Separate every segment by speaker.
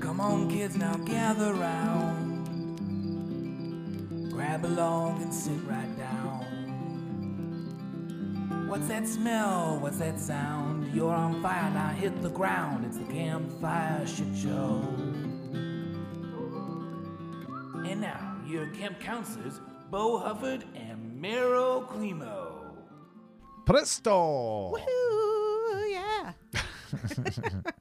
Speaker 1: Come on, kids, now gather round. Grab along and sit right down. What's that smell? What's that sound? You're on fire, now hit the ground. It's the campfire shit show. And now, your camp counselors, Bo Hufford and Meryl Climo.
Speaker 2: Presto!
Speaker 3: Woohoo! Yeah.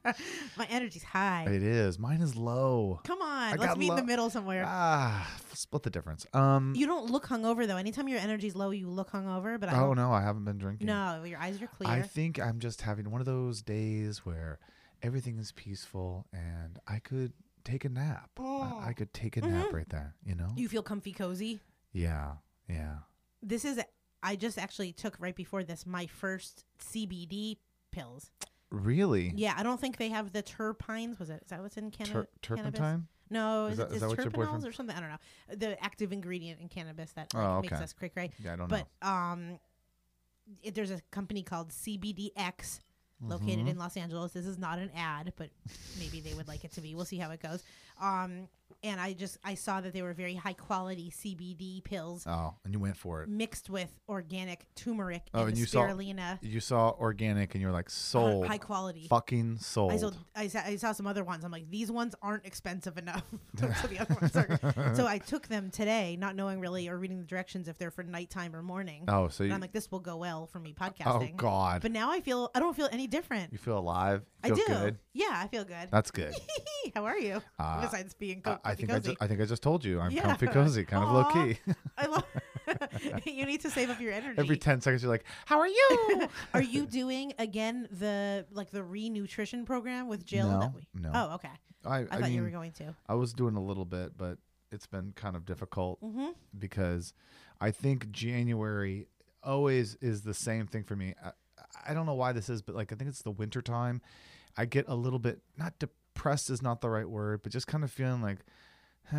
Speaker 3: My energy's high.
Speaker 2: It is. Mine is low.
Speaker 3: Come
Speaker 2: I
Speaker 3: on,
Speaker 2: got
Speaker 3: let's meet in
Speaker 2: lo-
Speaker 3: the middle somewhere.
Speaker 2: Ah, split the difference. Um,
Speaker 3: you don't look hungover though. Anytime your energy's low, you look hungover. But I
Speaker 2: oh
Speaker 3: don't,
Speaker 2: no, I haven't been drinking.
Speaker 3: no, your eyes are clear.
Speaker 2: I think I'm just having one of those days where everything is peaceful and I could take a nap.
Speaker 3: Oh.
Speaker 2: I, I could take a nap right there. You know?
Speaker 3: you feel comfy, cozy.
Speaker 2: yeah, yeah.
Speaker 3: This is. I just actually took right before this my first CBD pills.
Speaker 2: Really?
Speaker 3: Yeah, I don't think they have the terpines. Was it? Is that what's in Canada?
Speaker 2: Tur- turpentine.
Speaker 3: No,
Speaker 2: Is
Speaker 3: is,
Speaker 2: that-
Speaker 3: it,
Speaker 2: is
Speaker 3: is
Speaker 2: that what your boyfriend-
Speaker 3: terpenols or something? I don't know. The active ingredient in cannabis that like,
Speaker 2: Oh,
Speaker 3: makes
Speaker 2: okay.
Speaker 3: us cray cray.
Speaker 2: Yeah, I don't
Speaker 3: but um, it, there's a company called CBDX located
Speaker 2: Mm-hmm.
Speaker 3: in Los Angeles. This is not an ad, but maybe they would like it to be. We'll see how it goes. Um, and I just I saw that they were very high quality CBD pills
Speaker 2: know. Oh, and you went for it.
Speaker 3: mixed with organic turmeric
Speaker 2: Oh,
Speaker 3: and,
Speaker 2: and you saw-
Speaker 3: spirulina.
Speaker 2: You saw organic and you were like
Speaker 3: High-
Speaker 2: sold.
Speaker 3: High quality.
Speaker 2: Fucking sold.
Speaker 3: I saw, I saw I saw some other ones. I'm like, these ones aren't expensive enough. so the other ones are. So I took them today, not knowing really or reading the directions if they're for nighttime or morning.
Speaker 2: oh, so
Speaker 3: and
Speaker 2: you.
Speaker 3: I'm like, this will go well for me
Speaker 2: oh
Speaker 3: podcasting.
Speaker 2: God.
Speaker 3: But now I feel I don't feel any different.
Speaker 2: you feel alive.
Speaker 3: I
Speaker 2: You
Speaker 3: do.
Speaker 2: feel good.
Speaker 3: Yeah, I feel good.
Speaker 2: That's good.
Speaker 3: How are you?
Speaker 2: Uh,
Speaker 3: Besides being
Speaker 2: I-
Speaker 3: co-
Speaker 2: I think I,
Speaker 3: cozy.
Speaker 2: just, I think I just told you I'm
Speaker 3: Yeah.
Speaker 2: comfy cozy, kind of low
Speaker 3: Aw.
Speaker 2: key.
Speaker 3: I love. you need to save up your energy.
Speaker 2: Every ten seconds you're like, "How are you?"
Speaker 3: are you doing again the like the renutrition program with Jill?
Speaker 2: No,
Speaker 3: that we-
Speaker 2: no.
Speaker 3: Oh, okay.
Speaker 2: I,
Speaker 3: I,
Speaker 2: I,
Speaker 3: thought
Speaker 2: mean,
Speaker 3: you were going to.
Speaker 2: I was doing a little bit, but it's been kind of difficult
Speaker 3: Mhm.
Speaker 2: because I think January always is the same thing for me. I, I don't know why this is, but like I think it's the winter time. I get a little bit not depressed is not the right word, but just kind of feeling like,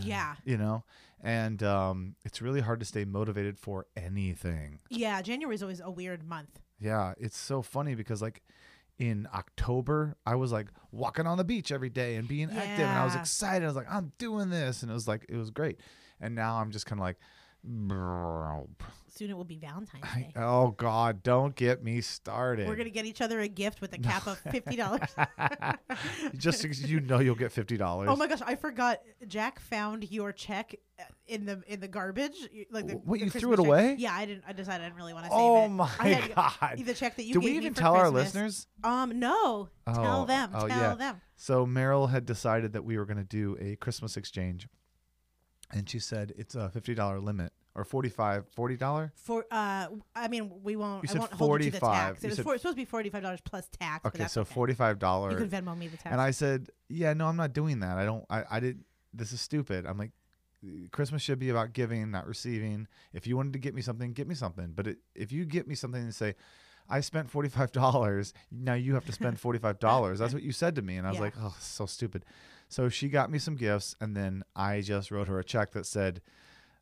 Speaker 3: Yeah.
Speaker 2: you know. And um, it's really hard to stay motivated for anything.
Speaker 3: Yeah, January is always a weird month.
Speaker 2: Yeah, it's so funny because like in October, I was like walking on the beach every day and being active, and I was
Speaker 3: Yeah.
Speaker 2: excited. I was like, I'm doing this, and it was like it was great. And now I'm just kind of like,
Speaker 3: Soon it will be Valentine's
Speaker 2: I-
Speaker 3: Day.
Speaker 2: oh God, don't get me started.
Speaker 3: We're gonna get each other a gift with a cap of fifty dollars.
Speaker 2: just because you know you'll get fifty dollars.
Speaker 3: oh my gosh, I forgot. Jack found your check uh, in the in the garbage. y- Like the,
Speaker 2: What,
Speaker 3: the
Speaker 2: you threw
Speaker 3: Christmas
Speaker 2: it
Speaker 3: check.
Speaker 2: away?
Speaker 3: Yeah, I didn't. I decided I didn't really want to save it.
Speaker 2: Oh my
Speaker 3: I had e,
Speaker 2: God.
Speaker 3: The check that you
Speaker 2: Do
Speaker 3: gave
Speaker 2: we
Speaker 3: me
Speaker 2: even
Speaker 3: for
Speaker 2: tell our
Speaker 3: Christmas.
Speaker 2: listeners?
Speaker 3: Um, no.
Speaker 2: Oh,
Speaker 3: tell them.
Speaker 2: oh,
Speaker 3: tell
Speaker 2: yeah.
Speaker 3: them.
Speaker 2: So Meryl had decided that we were going to do a Christmas exchange, and she said it's a fifty dollar limit or 45 forty dollar.
Speaker 3: For uh, I mean, we won't.
Speaker 2: You
Speaker 3: I
Speaker 2: said
Speaker 3: won't hold you to the
Speaker 2: 45.
Speaker 3: tax.
Speaker 2: You
Speaker 3: It was
Speaker 2: said-
Speaker 3: for, supposed to be forty-five dollars plus tax. but
Speaker 2: Okay,
Speaker 3: that's
Speaker 2: so
Speaker 3: okay.
Speaker 2: forty five dollar.
Speaker 3: You can Venmo me the tax.
Speaker 2: And I said, "Yeah, no, I'm not doing that. I don't. I, I did. This is stupid. I'm like, Christmas should be about giving, not receiving. If you wanted to get me something, get me something. But it, if you get me something and say, I spent forty five dollars, now you have to spend forty five dollars. That's what you said to me, and I was
Speaker 3: Yeah.
Speaker 2: like, oh, so stupid. So she got me some gifts, and then I just wrote her a check that said.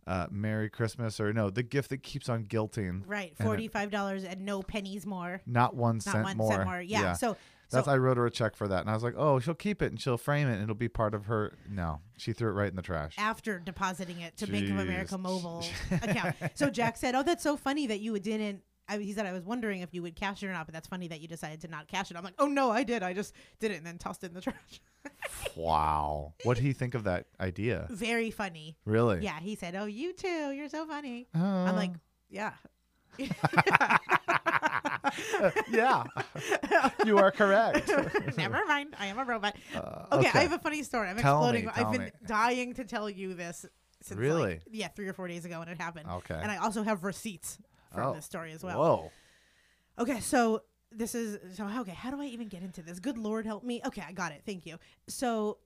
Speaker 2: uh, Merry Christmas or no, The Gift That Keeps on Guilting.
Speaker 3: Right,
Speaker 2: And it-
Speaker 3: forty five dollars and no pennies more.
Speaker 2: Not one
Speaker 3: Not
Speaker 2: cent
Speaker 3: one cent
Speaker 2: more.
Speaker 3: more. Yeah. So, so
Speaker 2: That's I wrote her a check for that, and I was like, "Oh, she'll keep it and she'll frame it, and it'll be part of her." No, she threw it right in the trash.
Speaker 3: after depositing it to Bank of America
Speaker 2: Jeez.
Speaker 3: mobile account. So Jack said, "Oh, that's so funny that you didn't." I, he said, "I was wondering if you would cash it or not, but that's funny that you decided to not cash it." I'm like, "Oh no, I did. I just did it and then tossed it in the trash."
Speaker 2: wow, what do you think of that idea?
Speaker 3: Very funny.
Speaker 2: Really?
Speaker 3: Yeah, he said, "Oh, you too. You're so funny."
Speaker 2: Uh,
Speaker 3: I'm like, "Yeah,
Speaker 2: yeah, you are correct.
Speaker 3: never mind. I am a robot."
Speaker 2: Uh,
Speaker 3: okay, I have a funny story. I'm
Speaker 2: Tell
Speaker 3: exploding.
Speaker 2: me,
Speaker 3: I've
Speaker 2: tell
Speaker 3: been
Speaker 2: me.
Speaker 3: dying to tell you this since
Speaker 2: Really?
Speaker 3: like, yeah, three or four days ago when it happened.
Speaker 2: Okay.
Speaker 3: And I also have receipts from
Speaker 2: Oh.
Speaker 3: this story as well.
Speaker 2: Whoa.
Speaker 3: Okay, so this is so okay. How do I even get into this? Good Lord, help me. Okay, I got it. Thank you. So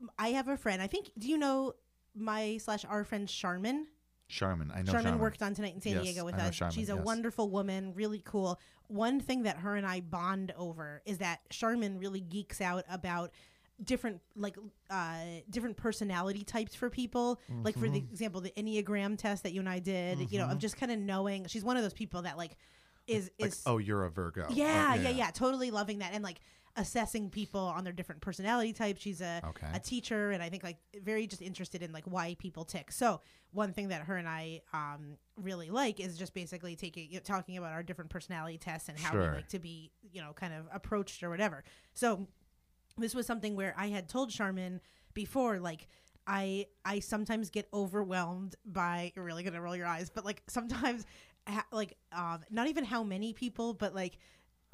Speaker 3: m- I have a friend. I think. Do you know my slash our friend Charmin?
Speaker 2: Sherman, I know
Speaker 3: Sherman,
Speaker 2: Sherman.
Speaker 3: worked on Tonight in San
Speaker 2: Yes,
Speaker 3: Diego with
Speaker 2: I know
Speaker 3: us.
Speaker 2: Sherman,
Speaker 3: She's a
Speaker 2: yes.
Speaker 3: wonderful woman, really cool. One thing that her and I bond over is that Sherman really geeks out about different like uh different personality types for people like for the
Speaker 2: Mm-hmm.
Speaker 3: example the enneagram test that you and i did you know of just kind of knowing she's one of those people that like is
Speaker 2: Like,
Speaker 3: is
Speaker 2: oh, you're a Virgo. Oh,
Speaker 3: yeah, yeah, yeah. Totally loving that and like assessing people on their different personality types. She's a
Speaker 2: Okay.
Speaker 3: a teacher and I think like very just interested in like why people tick. So one thing that her and I um really like is just basically taking you know, talking about our different personality tests and how
Speaker 2: Sure.
Speaker 3: we like to be, you know, kind of approached or whatever. So this was something where I had told Charmin before, like I I sometimes get overwhelmed by you're really gonna roll your eyes, but like sometimes, ha- like um, not even how many people, but like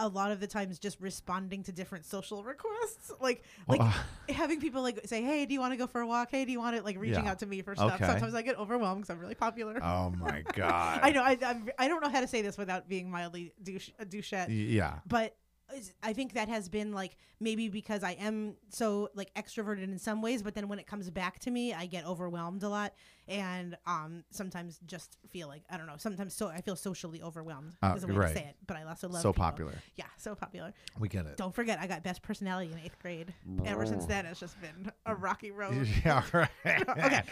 Speaker 3: a lot of the times just responding to different social requests, like like
Speaker 2: Well, uh,
Speaker 3: having people like say, hey, do you want to go for a walk? Hey, do you want to like reaching
Speaker 2: Yeah.
Speaker 3: out to me for stuff?
Speaker 2: Okay.
Speaker 3: Sometimes I get overwhelmed because I'm really popular.
Speaker 2: Oh my god.
Speaker 3: I know I I'm, I don't know how to say this without being mildly douche a douchette
Speaker 2: Y- Yeah.
Speaker 3: but is- I think that has been like maybe because I am so like extroverted in some ways, but then when it comes back to me, I get overwhelmed a lot, and um sometimes just feel like I don't know. Sometimes so I feel socially overwhelmed
Speaker 2: Uh,
Speaker 3: is a way
Speaker 2: right.
Speaker 3: to say it, but I also love
Speaker 2: So
Speaker 3: people.
Speaker 2: popular.
Speaker 3: Yeah, so popular.
Speaker 2: We get it.
Speaker 3: Don't forget, I got best personality in eighth grade. Ever since then, it's just been a rocky road
Speaker 2: yeah. Right.
Speaker 3: okay.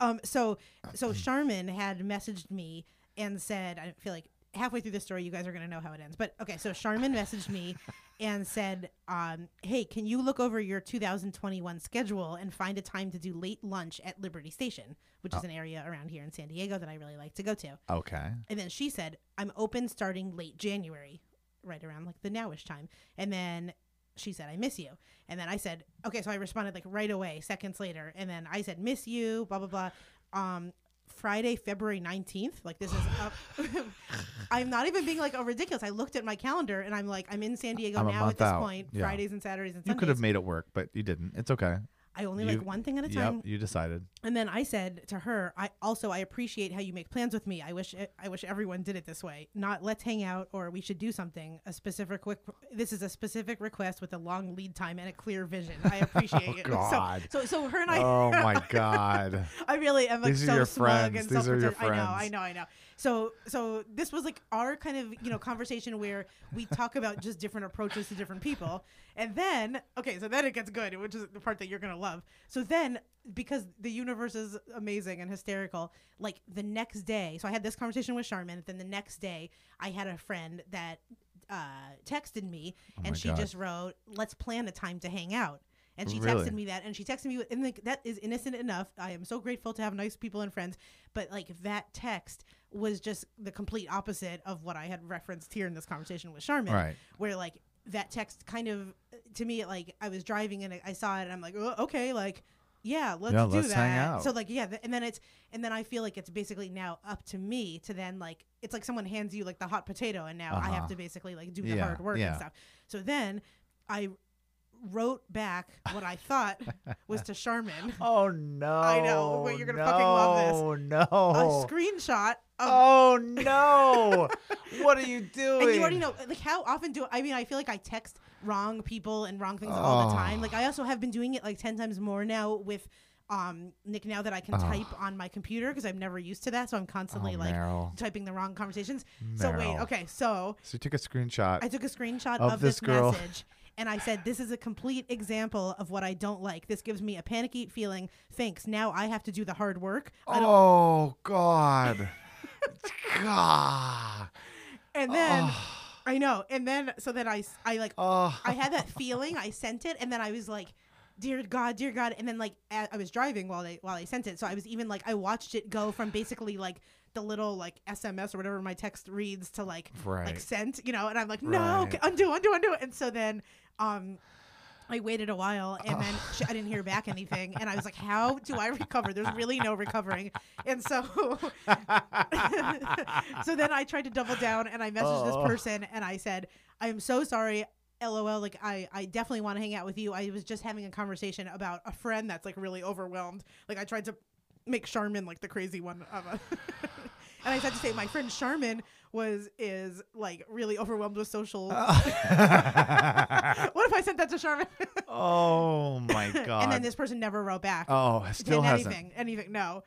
Speaker 3: Um. So so Charmin had messaged me and said, I feel like halfway through the story, you guys are gonna know how it ends. But okay, so Charmin messaged me and said, um, "Hey, can you look over your 2021 schedule and find a time to do late lunch at Liberty Station, which is an area around here in San Diego that I really like to go to."
Speaker 2: Okay.
Speaker 3: And then she said, I'm open starting late January, right around like the nowish time. And then she said, I miss you. And then I said, okay. So I responded like right away, seconds later. And then I said, miss you, blah, blah, blah. Um, Friday, February 19th. Like this is up. I'm not even being like oh, ridiculous. I looked at my calendar and I'm like, I'm in San Diego
Speaker 2: I'm a
Speaker 3: now
Speaker 2: month
Speaker 3: at this
Speaker 2: out.
Speaker 3: point,
Speaker 2: Yeah.
Speaker 3: Fridays and Saturdays and
Speaker 2: You
Speaker 3: Sundays.
Speaker 2: could have made it work, but you didn't. It's okay.
Speaker 3: I only
Speaker 2: you-
Speaker 3: like one thing at a time.
Speaker 2: Yep. You decided.
Speaker 3: And then I said to her, I also I appreciate how you make plans with me. I wish e, I wish everyone did it this way. Not let's hang out or we should do something. A specific quick this is a specific request with a long lead time and a clear vision. I appreciate it. So-
Speaker 2: Oh, God.
Speaker 3: So, so her and I
Speaker 2: Oh my god.
Speaker 3: I really am like
Speaker 2: These are
Speaker 3: so
Speaker 2: your
Speaker 3: smug
Speaker 2: friends.
Speaker 3: and
Speaker 2: These are your
Speaker 3: self-pretend- I
Speaker 2: friends.
Speaker 3: know, I know, I know. So so this was like our kind of, you know, conversation where we talk about just different approaches to different people. And then okay, so then it gets good, which is the part that you're gonna love. So then because the universe is amazing and hysterical, like the next day, so I had this conversation with Charmin, then the next day I had a friend that uh, texted me and
Speaker 2: Oh my
Speaker 3: she
Speaker 2: God.
Speaker 3: just wrote, Let's plan a time to hang out. And she
Speaker 2: Really?
Speaker 3: texted me that, and she texted me, and like that is innocent enough. I am so grateful to have nice people and friends, but like that text was just the complete opposite of what I had referenced here in this conversation with Charmin,
Speaker 2: Right.
Speaker 3: where like that text kind of to me like I was driving and I- I saw it, and I'm like, oh, okay, like yeah, let's
Speaker 2: Yeah,
Speaker 3: do
Speaker 2: let's
Speaker 3: that.
Speaker 2: hang out.
Speaker 3: So like yeah, th- and then it's and then I feel like it's basically now up to me to then like it's like someone hands you like the hot potato, and now I have
Speaker 2: Uh-huh.
Speaker 3: to basically like do the
Speaker 2: Yeah,
Speaker 3: hard work
Speaker 2: yeah.
Speaker 3: and stuff. So then I wrote back what I thought was to Charmin
Speaker 2: Oh no.
Speaker 3: I know, but you're gonna fucking love
Speaker 2: this.
Speaker 3: a
Speaker 2: No.
Speaker 3: screenshot of.
Speaker 2: Oh no. what are you doing?
Speaker 3: And you already know, like, how often do I mean? I feel like I text wrong people and wrong things all the
Speaker 2: Oh.
Speaker 3: time. Like, I also have been doing it like 10 times more now with um Nick, now that I can type on my computer because I'm never used to that. So I'm constantly
Speaker 2: Oh,
Speaker 3: like
Speaker 2: Meryl.
Speaker 3: typing the wrong conversations. So, wait,
Speaker 2: Meryl.
Speaker 3: okay. So
Speaker 2: So you took a screenshot.
Speaker 3: I took a screenshot
Speaker 2: Of
Speaker 3: of,
Speaker 2: this
Speaker 3: this,
Speaker 2: girl.
Speaker 3: message And I said, This is a complete example of what I don't like. This gives me a panicky feeling. Thanks. Now I have to do the hard work. I don't
Speaker 2: Oh God. God.
Speaker 3: and then
Speaker 2: Ah.
Speaker 3: I know. And then so then I s- I like
Speaker 2: Oh.
Speaker 3: I had that feeling. I sent it, and then I was like, "Dear God, dear God!" And then like a- I was driving while I while I sent it, so I was even like I watched it go from basically like the little like SMS or whatever my text reads to like like
Speaker 2: Right.
Speaker 3: sent, you know. And I'm like, "No,
Speaker 2: Right.
Speaker 3: okay, undo, undo, undo!" And so then, um. I waited a while and then sh I didn't hear back anything. And I was like, how do I recover? There's really no recovering. And so, so then I tried to double down and I
Speaker 2: Oh.
Speaker 3: messaged this person and I said, I'm so sorry. LOL, like I, I definitely want to hang out with you. I was just having a conversation about a friend that's like really overwhelmed. Like I tried to make Charmin like the crazy one of a And I had to say my friend Charmin was is like really overwhelmed with social What if I sent that to Charmin?
Speaker 2: oh my God.
Speaker 3: and then this person never wrote back.
Speaker 2: Oh, it still
Speaker 3: Didn't
Speaker 2: hasn't.
Speaker 3: anything, anything. No,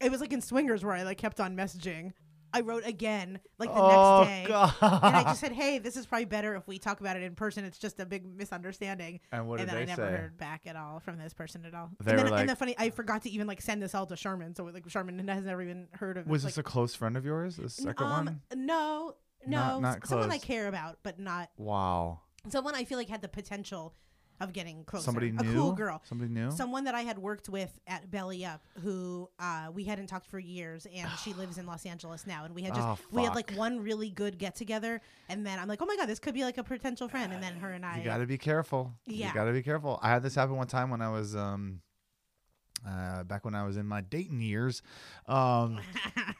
Speaker 3: it was like in Swingers where I like kept on messaging. I wrote again like the
Speaker 2: oh
Speaker 3: next day,
Speaker 2: God.
Speaker 3: and I just said, "Hey, this is probably better if we talk about it in person. It's just a big misunderstanding."
Speaker 2: And what
Speaker 3: and
Speaker 2: did
Speaker 3: then
Speaker 2: they
Speaker 3: I never
Speaker 2: say?
Speaker 3: heard back at all from this person at all.
Speaker 2: They
Speaker 3: and
Speaker 2: were
Speaker 3: then
Speaker 2: like-
Speaker 3: and the funny, I forgot to even like send this all to Sherman, so like Sherman has never even heard of. it.
Speaker 2: was
Speaker 3: like,
Speaker 2: this a close friend of yours? The second
Speaker 3: um,
Speaker 2: one?
Speaker 3: No, no,
Speaker 2: Not- not
Speaker 3: s- someone I
Speaker 2: close.
Speaker 3: care about, but not
Speaker 2: Wow.
Speaker 3: someone I feel like had the potential of getting closer.
Speaker 2: Somebody
Speaker 3: Oh, a
Speaker 2: new.
Speaker 3: cool girl.
Speaker 2: Somebody new.
Speaker 3: Someone that I had worked with at Belly Up, who uh, we hadn't talked for years, and she lives in Los Angeles now. And we had just
Speaker 2: Oh,
Speaker 3: we had like
Speaker 2: fuck.
Speaker 3: one really good get together, and then I'm like, oh my god, this could be like a potential friend. And then her and I,
Speaker 2: You got to be careful.
Speaker 3: Yeah.
Speaker 2: You got to be careful. I had this happen one time when I was um uh back when I was in my dating years. Um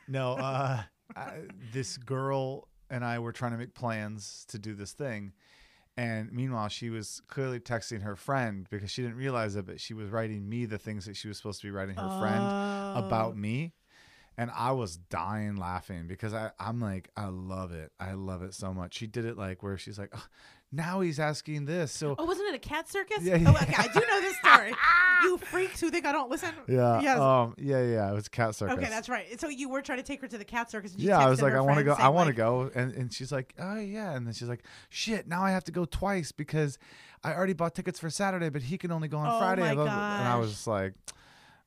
Speaker 2: no, uh I, this girl and I were trying to make plans to do this thing. And meanwhile, she was clearly texting her friend because she didn't realize it, but she was writing me the things that she was supposed to be writing her friend
Speaker 3: Oh.
Speaker 2: about me and i was dying laughing because I, i'm like i love it i love it so much she did it like where she's like "Oh, now he's asking this so
Speaker 3: Oh, wasn't it a cat circus?
Speaker 2: Yeah,
Speaker 3: Oh,
Speaker 2: yeah.
Speaker 3: okay, I do know this story. you freaks who think I don't listen.
Speaker 2: yeah
Speaker 3: Yes.
Speaker 2: um yeah yeah it was cat circus
Speaker 3: okay, that's right. So you were trying to take her to the cat circus. And you
Speaker 2: yeah i
Speaker 3: texted
Speaker 2: was like
Speaker 3: her
Speaker 2: i want to
Speaker 3: friend
Speaker 2: go i
Speaker 3: saying,
Speaker 2: want to
Speaker 3: like,
Speaker 2: go and and she's like oh yeah and then she's like shit now i have to go twice because i already bought tickets for saturday but he can only go on
Speaker 3: Oh
Speaker 2: friday
Speaker 3: my
Speaker 2: blah, blah, blah. and i was
Speaker 3: gosh.
Speaker 2: just like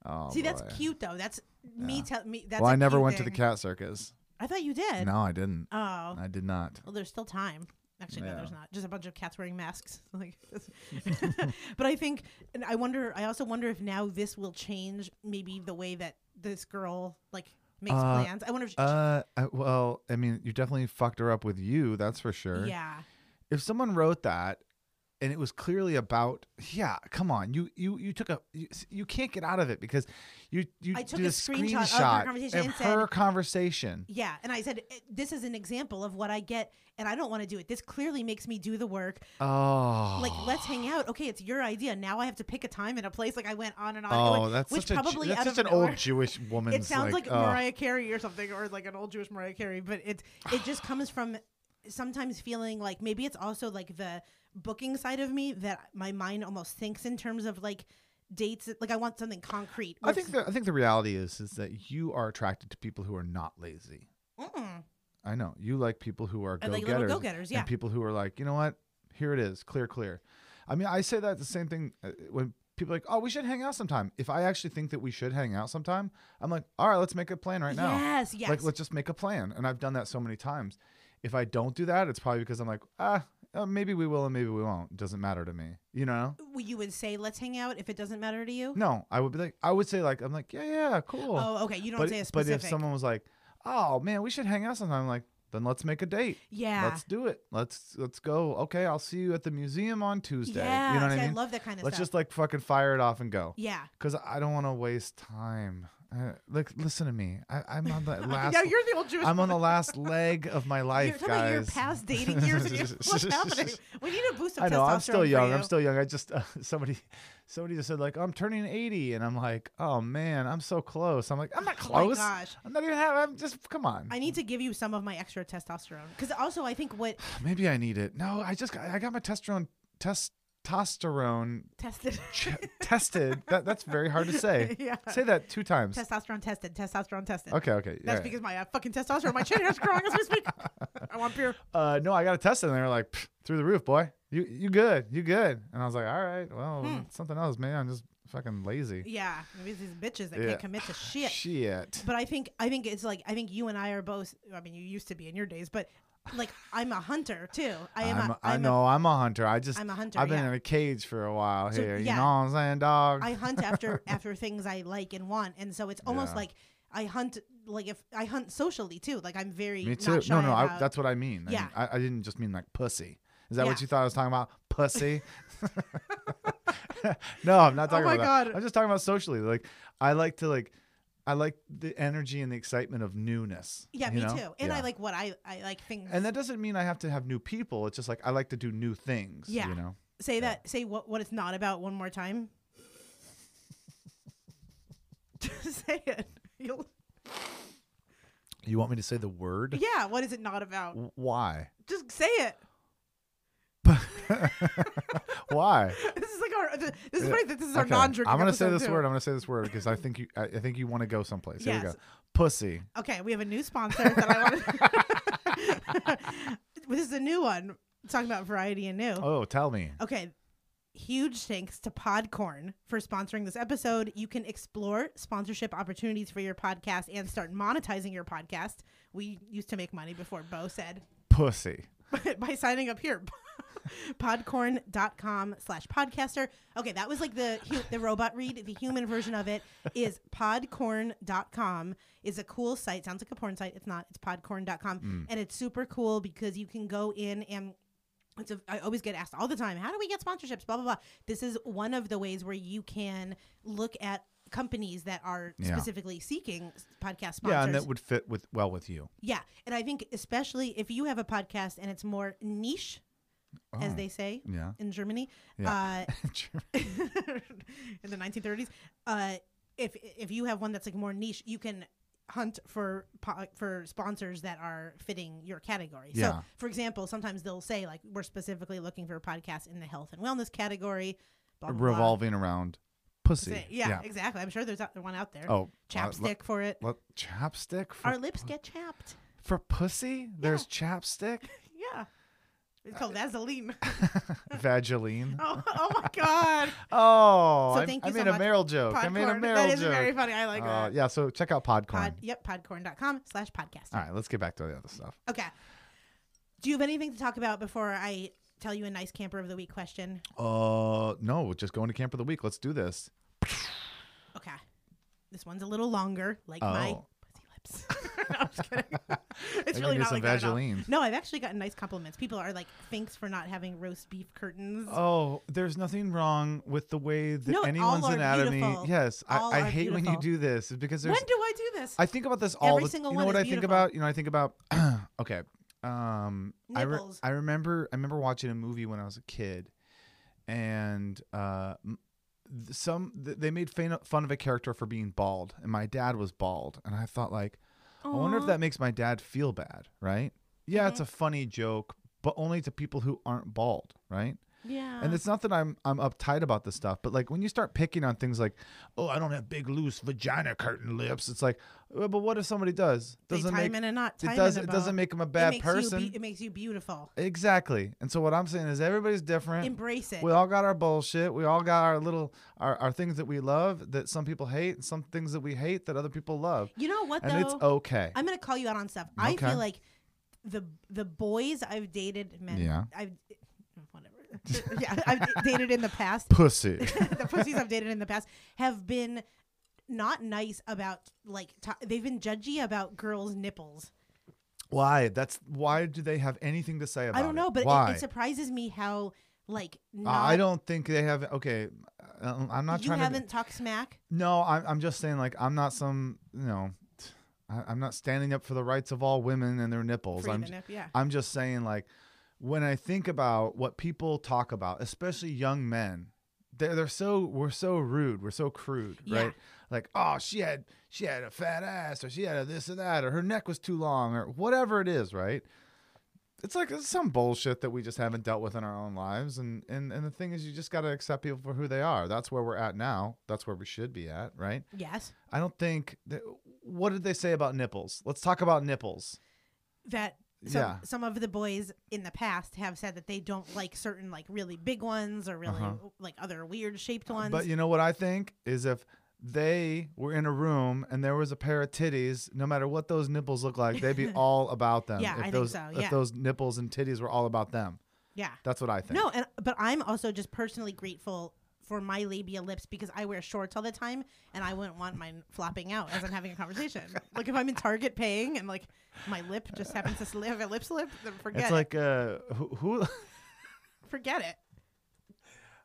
Speaker 2: oh
Speaker 3: See, that's
Speaker 2: boy.
Speaker 3: cute though. That's me. Tell me. That's
Speaker 2: well
Speaker 3: I
Speaker 2: i never went to the cat circus
Speaker 3: I thought you did.
Speaker 2: no i didn't
Speaker 3: Oh.
Speaker 2: i did not
Speaker 3: Well, there's still time. Actually, no,
Speaker 2: Yeah.
Speaker 3: there's not. Just a bunch of cats wearing masks. Like, but I think, and I wonder. I also wonder if now this will change maybe the way that this girl like makes
Speaker 2: Uh,
Speaker 3: plans. I wonder. if she,
Speaker 2: Uh, I- well, I mean, you definitely fucked her up with you, that's for sure.
Speaker 3: Yeah.
Speaker 2: If someone wrote that and it was clearly about, yeah, come on, you you you took a you, you can't get out of it because you you
Speaker 3: I took
Speaker 2: did
Speaker 3: a
Speaker 2: a,
Speaker 3: screenshot of her conversation and said-
Speaker 2: her conversation.
Speaker 3: Yeah, and I said "Eh, this is an example of what I get, and I don't want to do it. This clearly makes me do the work.
Speaker 2: Oh,
Speaker 3: Like, let's hang out. Okay, it's your idea. Now I have to pick a time and a place. Like, I went on and on. and
Speaker 2: oh,
Speaker 3: on,
Speaker 2: that's
Speaker 3: which
Speaker 2: such a Ju-
Speaker 3: probably
Speaker 2: that's
Speaker 3: out
Speaker 2: such
Speaker 3: of
Speaker 2: an old
Speaker 3: nowhere-
Speaker 2: Jewish woman's.
Speaker 3: It sounds like,
Speaker 2: oh.
Speaker 3: Mariah Carey or something, or like an old Jewish Mariah Carey. But it it just comes from sometimes feeling like maybe it's also like the booking side of me that my mind almost thinks in terms of like dates. Like I want something concrete.
Speaker 2: I think the, I think the reality is is that you are attracted to people who are not lazy.
Speaker 3: Mm-mm.
Speaker 2: I know you like people who are
Speaker 3: I
Speaker 2: go
Speaker 3: like
Speaker 2: getters.
Speaker 3: little go-getters, yeah.
Speaker 2: And people who are like, you know what? Here it is, clear, clear. I mean, I say that the same thing uh, when people are like, oh, we should hang out sometime. If I actually think that we should hang out sometime, I'm like, all right, let's make a plan right now.
Speaker 3: Yes, yes.
Speaker 2: Like, let's just make a plan. And I've done that so many times. If I don't do that, it's probably because I'm like, ah, uh, maybe we will and maybe we won't. doesn't matter to me, you know?
Speaker 3: Well, you would say let's hang out if it doesn't matter to you.
Speaker 2: No, I would be like, I would say like, I'm like, yeah, yeah, cool.
Speaker 3: Oh, okay. You don't
Speaker 2: but,
Speaker 3: say a
Speaker 2: but
Speaker 3: specific.
Speaker 2: if someone was like, oh man, we should hang out sometime, I'm like, then let's make a date.
Speaker 3: yeah.
Speaker 2: Let's do it. Let's let's go. Okay, I'll see you at the museum on Tuesday.
Speaker 3: yeah.
Speaker 2: you know what
Speaker 3: see,
Speaker 2: I mean?
Speaker 3: love that kind of
Speaker 2: Let's
Speaker 3: stuff.
Speaker 2: just like fucking fire it off and go.
Speaker 3: yeah.
Speaker 2: Cause I don't want to waste time. Uh, like, listen to me. I, I'm on the last.
Speaker 3: yeah, you're the old Jewish.
Speaker 2: I'm on the last leg of my
Speaker 3: You're
Speaker 2: life,
Speaker 3: talking about
Speaker 2: guys.
Speaker 3: your past dating years. And your, what's happening? We need a boost of
Speaker 2: I know.
Speaker 3: testosterone.
Speaker 2: I'm still
Speaker 3: for
Speaker 2: young.
Speaker 3: you.
Speaker 2: I'm still young. I just uh, somebody, somebody just said like I'm turning 80, and I'm like, oh man, I'm so close. I'm like, I'm not
Speaker 3: Oh my
Speaker 2: close.
Speaker 3: gosh.
Speaker 2: I'm not even having. I'm just come on.
Speaker 3: I need to give you some of my extra testosterone because also I think what
Speaker 2: Maybe I need it. No, I just got, I got my testosterone testosterone
Speaker 3: tested
Speaker 2: ch- tested. That that's very hard to say.
Speaker 3: Yeah.
Speaker 2: Say that two times.
Speaker 3: testosterone tested testosterone tested.
Speaker 2: okay, okay.
Speaker 3: That's
Speaker 2: yeah.
Speaker 3: because my uh, fucking testosterone, my chin hair's growing as we speak. I want beer.
Speaker 2: uh, no, I got a test it, and they were like, "Pfft, through the roof, boy. You you good? You good?" And I was like, "All right, well,
Speaker 3: Hmm.
Speaker 2: something else, man. I'm just fucking lazy."
Speaker 3: Yeah, maybe it's these bitches that
Speaker 2: Yeah.
Speaker 3: can't commit to shit.
Speaker 2: Shit.
Speaker 3: But I think I think it's like I think you and I are both. I mean, you used to be in your days, but like I'm a hunter too. I am.
Speaker 2: I'm
Speaker 3: a,
Speaker 2: a,
Speaker 3: I'm
Speaker 2: i
Speaker 3: a-
Speaker 2: know i I'm a hunter. I just
Speaker 3: I'm a hunter,
Speaker 2: I've been
Speaker 3: yeah.
Speaker 2: in a cage for a while
Speaker 3: So,
Speaker 2: here.
Speaker 3: yeah.
Speaker 2: You know what I'm saying, dog?
Speaker 3: I hunt after after things I like and want, and so it's almost
Speaker 2: Yeah.
Speaker 3: like I hunt like if I hunt socially too. Like I'm very
Speaker 2: Me
Speaker 3: e, not
Speaker 2: too.
Speaker 3: shy
Speaker 2: No, no, I,
Speaker 3: about-
Speaker 2: that's what I mean. I,
Speaker 3: Yeah.
Speaker 2: mean, I, I didn't just mean like pussy. Is that what
Speaker 3: Yeah.
Speaker 2: you thought I was talking about? Pussy. no, I'm not
Speaker 3: Oh
Speaker 2: talking
Speaker 3: my
Speaker 2: about
Speaker 3: God.
Speaker 2: that. I'm just talking about socially. Like I like to like I like the energy and the excitement of newness.
Speaker 3: yeah,
Speaker 2: you
Speaker 3: me
Speaker 2: know?
Speaker 3: too. And I
Speaker 2: Yeah.
Speaker 3: like what I I like things.
Speaker 2: And that doesn't mean I have to have new people. It's just like I like to do new things.
Speaker 3: Yeah.
Speaker 2: You know?
Speaker 3: say that say what what it's not about one more time. say it. You'll,
Speaker 2: You want me to say the word?
Speaker 3: yeah, what is it not about?
Speaker 2: W- Why?
Speaker 3: Just say it.
Speaker 2: Why?
Speaker 3: This is like our this this is funny that this is our
Speaker 2: Okay.
Speaker 3: non-drinking.
Speaker 2: I'm gonna say
Speaker 3: episode,
Speaker 2: this
Speaker 3: too.
Speaker 2: word. I'm gonna say this word because I think you. I, I think you want to go someplace. Here we
Speaker 3: Yes.
Speaker 2: go. Pussy.
Speaker 3: Okay, we have a new sponsor that I want to. this is a new one. Talking about variety and new.
Speaker 2: Oh, tell me.
Speaker 3: Okay. Huge thanks to Podcorn for sponsoring this episode. You can explore sponsorship opportunities for your podcast and start monetizing your podcast. We used to make money before Bo said
Speaker 2: Pussy.
Speaker 3: by signing up here. Podcorn.com slash podcaster. Okay, that was like the hu- the robot read. The human version of it is podcorn.com is a cool site. Sounds like a porn site. It's not. It's podcorn.com.
Speaker 2: Mm.
Speaker 3: And it's super cool because you can go in and it's a, I always get asked all the time, how do we get sponsorships? Blah, blah, blah. This is one of the ways where you can look at companies that are
Speaker 2: Yeah.
Speaker 3: specifically seeking s- podcast sponsors.
Speaker 2: Yeah, and that would fit with well with you.
Speaker 3: Yeah, and I think especially if you have a podcast and it's more niche, as
Speaker 2: Oh,
Speaker 3: they say
Speaker 2: Yeah.
Speaker 3: in Germany,
Speaker 2: Yeah.
Speaker 3: uh, in the 1930s, uh, if if you have one that's like more niche, you can hunt for po- for sponsors that are fitting your category. So,
Speaker 2: Yeah.
Speaker 3: for example, sometimes they'll say like we're specifically looking for podcasts in the health and wellness category. Blah, blah, blah.
Speaker 2: Revolving around pussy.
Speaker 3: Say- Yeah, exactly. I'm sure there's a- one out there.
Speaker 2: Oh, uh,
Speaker 3: chapstick
Speaker 2: le-
Speaker 3: for it.
Speaker 2: le- chapstick for,
Speaker 3: Our lips get chapped.
Speaker 2: for pussy. There's chapstick.
Speaker 3: Yeah. It's
Speaker 2: Uh,
Speaker 3: called Vaseline.
Speaker 2: Vaseline.
Speaker 3: Oh, oh my God.
Speaker 2: Oh,
Speaker 3: So
Speaker 2: I,
Speaker 3: thank
Speaker 2: I
Speaker 3: you so
Speaker 2: made a
Speaker 3: much,
Speaker 2: Meryl joke. I made a
Speaker 3: Podcorn.
Speaker 2: Meryl
Speaker 3: That is
Speaker 2: joke.
Speaker 3: very funny. I like
Speaker 2: Uh,
Speaker 3: that.
Speaker 2: yeah, so check out Podcorn.
Speaker 3: Pod, yep, podcorn.com slash podcast.
Speaker 2: All right, let's get back to the other stuff.
Speaker 3: Okay. Do you have anything to talk about before I tell you a nice camper of the week question?
Speaker 2: Uh, no, we're just going to camp for the week. Let's do this.
Speaker 3: Okay. This one's a little longer, like my
Speaker 2: Oh.
Speaker 3: pussy lips. no, I'm just kidding. It's
Speaker 2: Maybe
Speaker 3: really
Speaker 2: do
Speaker 3: not
Speaker 2: some
Speaker 3: like that at all.
Speaker 2: Vaseline.
Speaker 3: No, I've actually gotten nice compliments. People are like, thanks for not having roast beef curtains.
Speaker 2: Oh, there's nothing wrong with the way that
Speaker 3: No, all
Speaker 2: anyone's
Speaker 3: are
Speaker 2: anatomy.
Speaker 3: beautiful.
Speaker 2: Yes,
Speaker 3: All
Speaker 2: I, I
Speaker 3: are
Speaker 2: hate when you
Speaker 3: beautiful.
Speaker 2: do this because
Speaker 3: when
Speaker 2: there's.
Speaker 3: do I do this?
Speaker 2: I think about this all
Speaker 3: Every
Speaker 2: the.
Speaker 3: single
Speaker 2: you know
Speaker 3: one
Speaker 2: what
Speaker 3: is
Speaker 2: I think
Speaker 3: beautiful.
Speaker 2: about? You know, I think about. okay, um, I, re-
Speaker 3: Nipples.
Speaker 2: I remember. I remember watching a movie when I was a kid, and uh, m- th- some th- they made fun fun of a character for being bald, and my dad was bald, and I thought like, I wonder if
Speaker 3: Aw. Mm-hmm.
Speaker 2: that makes my dad feel bad, right? Yeah, it's a funny joke, but only to people who aren't bald, right?
Speaker 3: Yeah.
Speaker 2: And it's not that I'm I'm uptight about this stuff, but like when you start picking on things like, oh, I don't have big loose vagina curtain lips, it's like, well, but what if somebody does?
Speaker 3: They
Speaker 2: Doesn't
Speaker 3: time
Speaker 2: make
Speaker 3: in and not time
Speaker 2: it
Speaker 3: in
Speaker 2: doesn't
Speaker 3: and
Speaker 2: it
Speaker 3: about.
Speaker 2: doesn't make him a bad
Speaker 3: it makes
Speaker 2: person.
Speaker 3: You be- it makes you beautiful.
Speaker 2: exactly. And so what I'm saying is everybody's different.
Speaker 3: Embrace it.
Speaker 2: we all got our bullshit. We all got our little our, our things that we love that some people hate and some things that we hate that other people love.
Speaker 3: you know what
Speaker 2: and
Speaker 3: though?
Speaker 2: it's okay.
Speaker 3: I'm gonna call you out on stuff. I
Speaker 2: Okay.
Speaker 3: feel like the the boys I've dated men.
Speaker 2: Yeah.
Speaker 3: I've whatever. yeah, I've dated in the past.
Speaker 2: Pussy.
Speaker 3: the pussies I've dated in the past have been not nice about like t- they've been judgy about girls' nipples.
Speaker 2: why? That's why do they have anything to say about
Speaker 3: I don't know,
Speaker 2: it?
Speaker 3: but
Speaker 2: why?
Speaker 3: it, it surprises me how like not,
Speaker 2: I I don't think they have. Okay, um, I'm not
Speaker 3: you
Speaker 2: trying to.
Speaker 3: haven't talked smack.
Speaker 2: No, I'm, I'm just saying, like, I'm not some, you know, I, I'm not standing up for the rights of all women and their nipples.
Speaker 3: Free
Speaker 2: I'm,
Speaker 3: the nip, yeah.
Speaker 2: I'm just saying, like, when I think about what people talk about, especially young men, they're, they're so, we're so rude. We're so crude,
Speaker 3: Yeah.
Speaker 2: right? Like, oh, she had, she had a fat ass or she had a this or that or her neck was too long or whatever it is, right? It's like it's some bullshit that we just haven't dealt with in our own lives, and and and the thing is, you just got to accept people for who they are. That's where we're at now. That's where we should be at, right?
Speaker 3: Yes.
Speaker 2: I don't think that. What did they say about nipples? Let's talk about nipples.
Speaker 3: that some,
Speaker 2: Yeah.
Speaker 3: some of the boys in the past have said that they don't like certain like really big ones or really like other weird shaped ones.
Speaker 2: Uh-huh. But you know what I think is if they were in a room and there was a pair of titties, no matter what those nipples look like, they'd be all about them.
Speaker 3: Yeah,
Speaker 2: if
Speaker 3: I think
Speaker 2: those,
Speaker 3: so,
Speaker 2: If
Speaker 3: yeah.
Speaker 2: those nipples and titties were all about them,
Speaker 3: yeah.
Speaker 2: that's what I think.
Speaker 3: No, and but I'm also just personally grateful for my labia lips because I wear shorts all the time and I wouldn't want mine flopping out as I'm having a conversation. like if I'm in Target paying and like my lip just happens to slip, have a lip slip, then forget
Speaker 2: it's
Speaker 3: it.
Speaker 2: like uh, who. who
Speaker 3: forget it.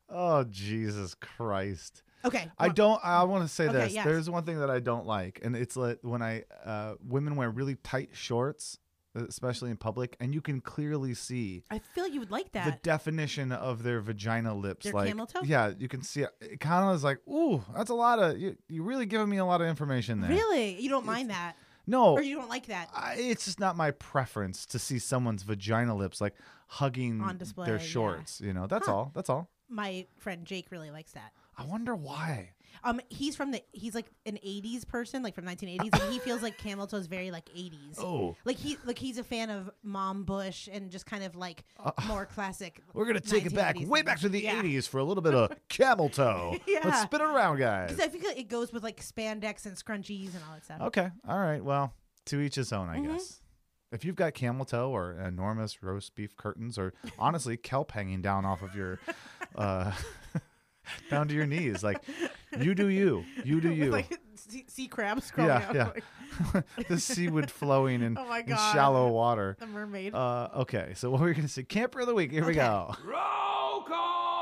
Speaker 2: Oh Jesus Christ!
Speaker 3: Okay.
Speaker 2: I don't. I want to say
Speaker 3: Okay,
Speaker 2: this.
Speaker 3: yes.
Speaker 2: There's one thing that I don't like, and it's like when I uh, women wear really tight shorts, especially in public, and you can clearly see
Speaker 3: I feel you would like that.
Speaker 2: the definition of their vagina lips.
Speaker 3: Their
Speaker 2: like,
Speaker 3: camel toe?
Speaker 2: yeah, you can see it. It kind of is like, ooh, that's a lot of. You, you really giving me a lot of information there.
Speaker 3: Really? You don't mind that.
Speaker 2: No,
Speaker 3: Or you don't like that.
Speaker 2: I, it's just not my preference to see someone's vagina lips like hugging
Speaker 3: On display,
Speaker 2: their
Speaker 3: yeah.
Speaker 2: shorts. You know, that's
Speaker 3: Huh.
Speaker 2: all. That's all.
Speaker 3: My friend Jake really likes that.
Speaker 2: I wonder why.
Speaker 3: Um, he's from the he's like an '80s person, like from 1980s, and he feels like Camel Toe is very like '80s.
Speaker 2: Oh.
Speaker 3: Like he like he's a fan of Mom Bush and just kind of like more classic.
Speaker 2: Uh, We're gonna take it back, way back to the '80s for a little bit of camel toe. Let's
Speaker 3: Yeah.
Speaker 2: spin it around, guys.
Speaker 3: Because I think it goes with like spandex and scrunchies and all that stuff.
Speaker 2: okay, all right. Well, to each his own, I
Speaker 3: Mm-hmm.
Speaker 2: guess. If you've got camel toe or enormous roast beef curtains, or honestly kelp hanging down off of your, uh, down to your knees, like you do you, you do you.
Speaker 3: With like sea, sea crabs crawling
Speaker 2: yeah,
Speaker 3: out,
Speaker 2: yeah.
Speaker 3: like
Speaker 2: the seaweed flowing in,
Speaker 3: Oh my
Speaker 2: in
Speaker 3: God.
Speaker 2: shallow water.
Speaker 3: the mermaid.
Speaker 2: Uh, okay, so what were we gonna say? Camper of the week. Here we
Speaker 3: Okay.
Speaker 2: go.
Speaker 1: Roll call!